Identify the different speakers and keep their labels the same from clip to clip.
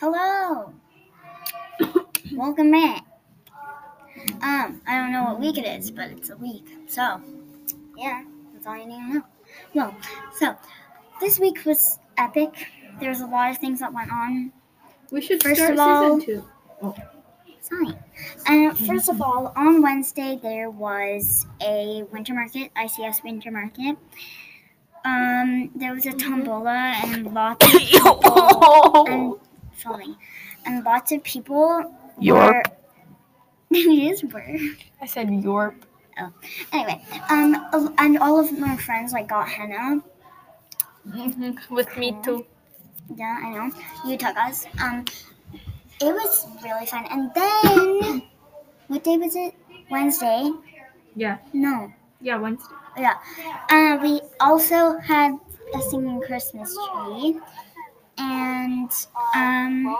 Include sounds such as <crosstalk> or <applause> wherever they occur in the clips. Speaker 1: Hello. <coughs> Welcome back. Um, I don't know what week it is, but it's a week. So, yeah, that's all you need to know. Well, so this week was epic. There's a lot of things that went on.
Speaker 2: We should
Speaker 1: First
Speaker 2: start
Speaker 1: of all-
Speaker 2: season two.
Speaker 1: Sorry. Uh, first of all, on Wednesday there was a winter market, ICS winter market. Um, there was a tombola and lots of and falling, and lots of people. were- <laughs> it is were.
Speaker 3: I said Yorp.
Speaker 1: Anyway, um, and all of my friends like got henna. Mm-hmm,
Speaker 3: With me too.
Speaker 1: Yeah, I know. You took us. Um, it was really fun. And then, <coughs> what day was it? Wednesday?
Speaker 2: Yeah.
Speaker 1: No. <laughs>
Speaker 2: Yeah, once.
Speaker 1: Yeah. Uh, we also had a singing Christmas tree, and um,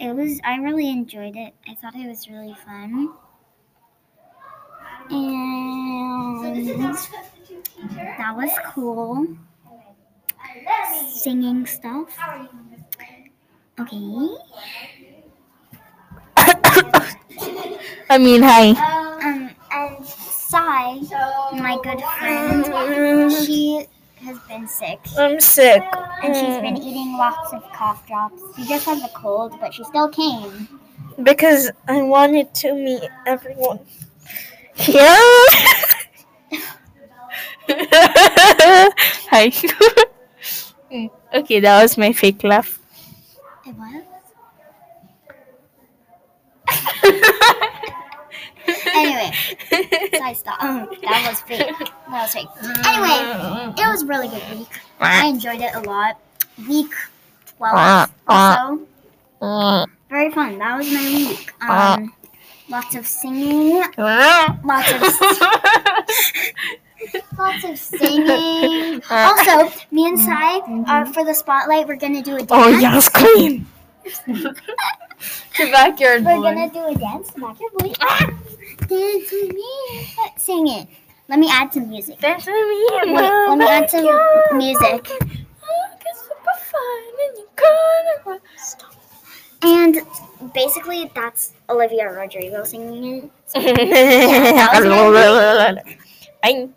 Speaker 1: it was. I really enjoyed it. I thought it was really fun. And that was cool. Singing stuff. Okay.
Speaker 3: I mean, hi.
Speaker 1: Um, and Sai, my good friend, she has been sick.
Speaker 3: I'm sick.
Speaker 1: And she's been eating lots of cough drops. She just has a cold, but she still came.
Speaker 3: Because I wanted to meet everyone. <laughs> Yeah. hi. <laughs> Mm, okay, that was my fake <laughs> laugh.
Speaker 1: It was? <laughs> Anyway, Sai <laughs> stopped. Um, that was fake. That was fake. Anyway, it was a really good week. I enjoyed it a lot. Week 12 or so. Very fun. That was my week. Um, lots of singing. Lots <laughs> of lots of singing. Also, me and Sai are for the spotlight. We're gonna do a dance.
Speaker 3: oh, yes, queen. the backyard
Speaker 1: We're gonna do a dance. Smack your booty. Dance with me. Sing it. Let me add some music.
Speaker 3: That's what I Oh
Speaker 1: Wait, let me add some music. And basically, that's Olivia Rodrigo
Speaker 3: <laughs>
Speaker 1: singing it.
Speaker 3: I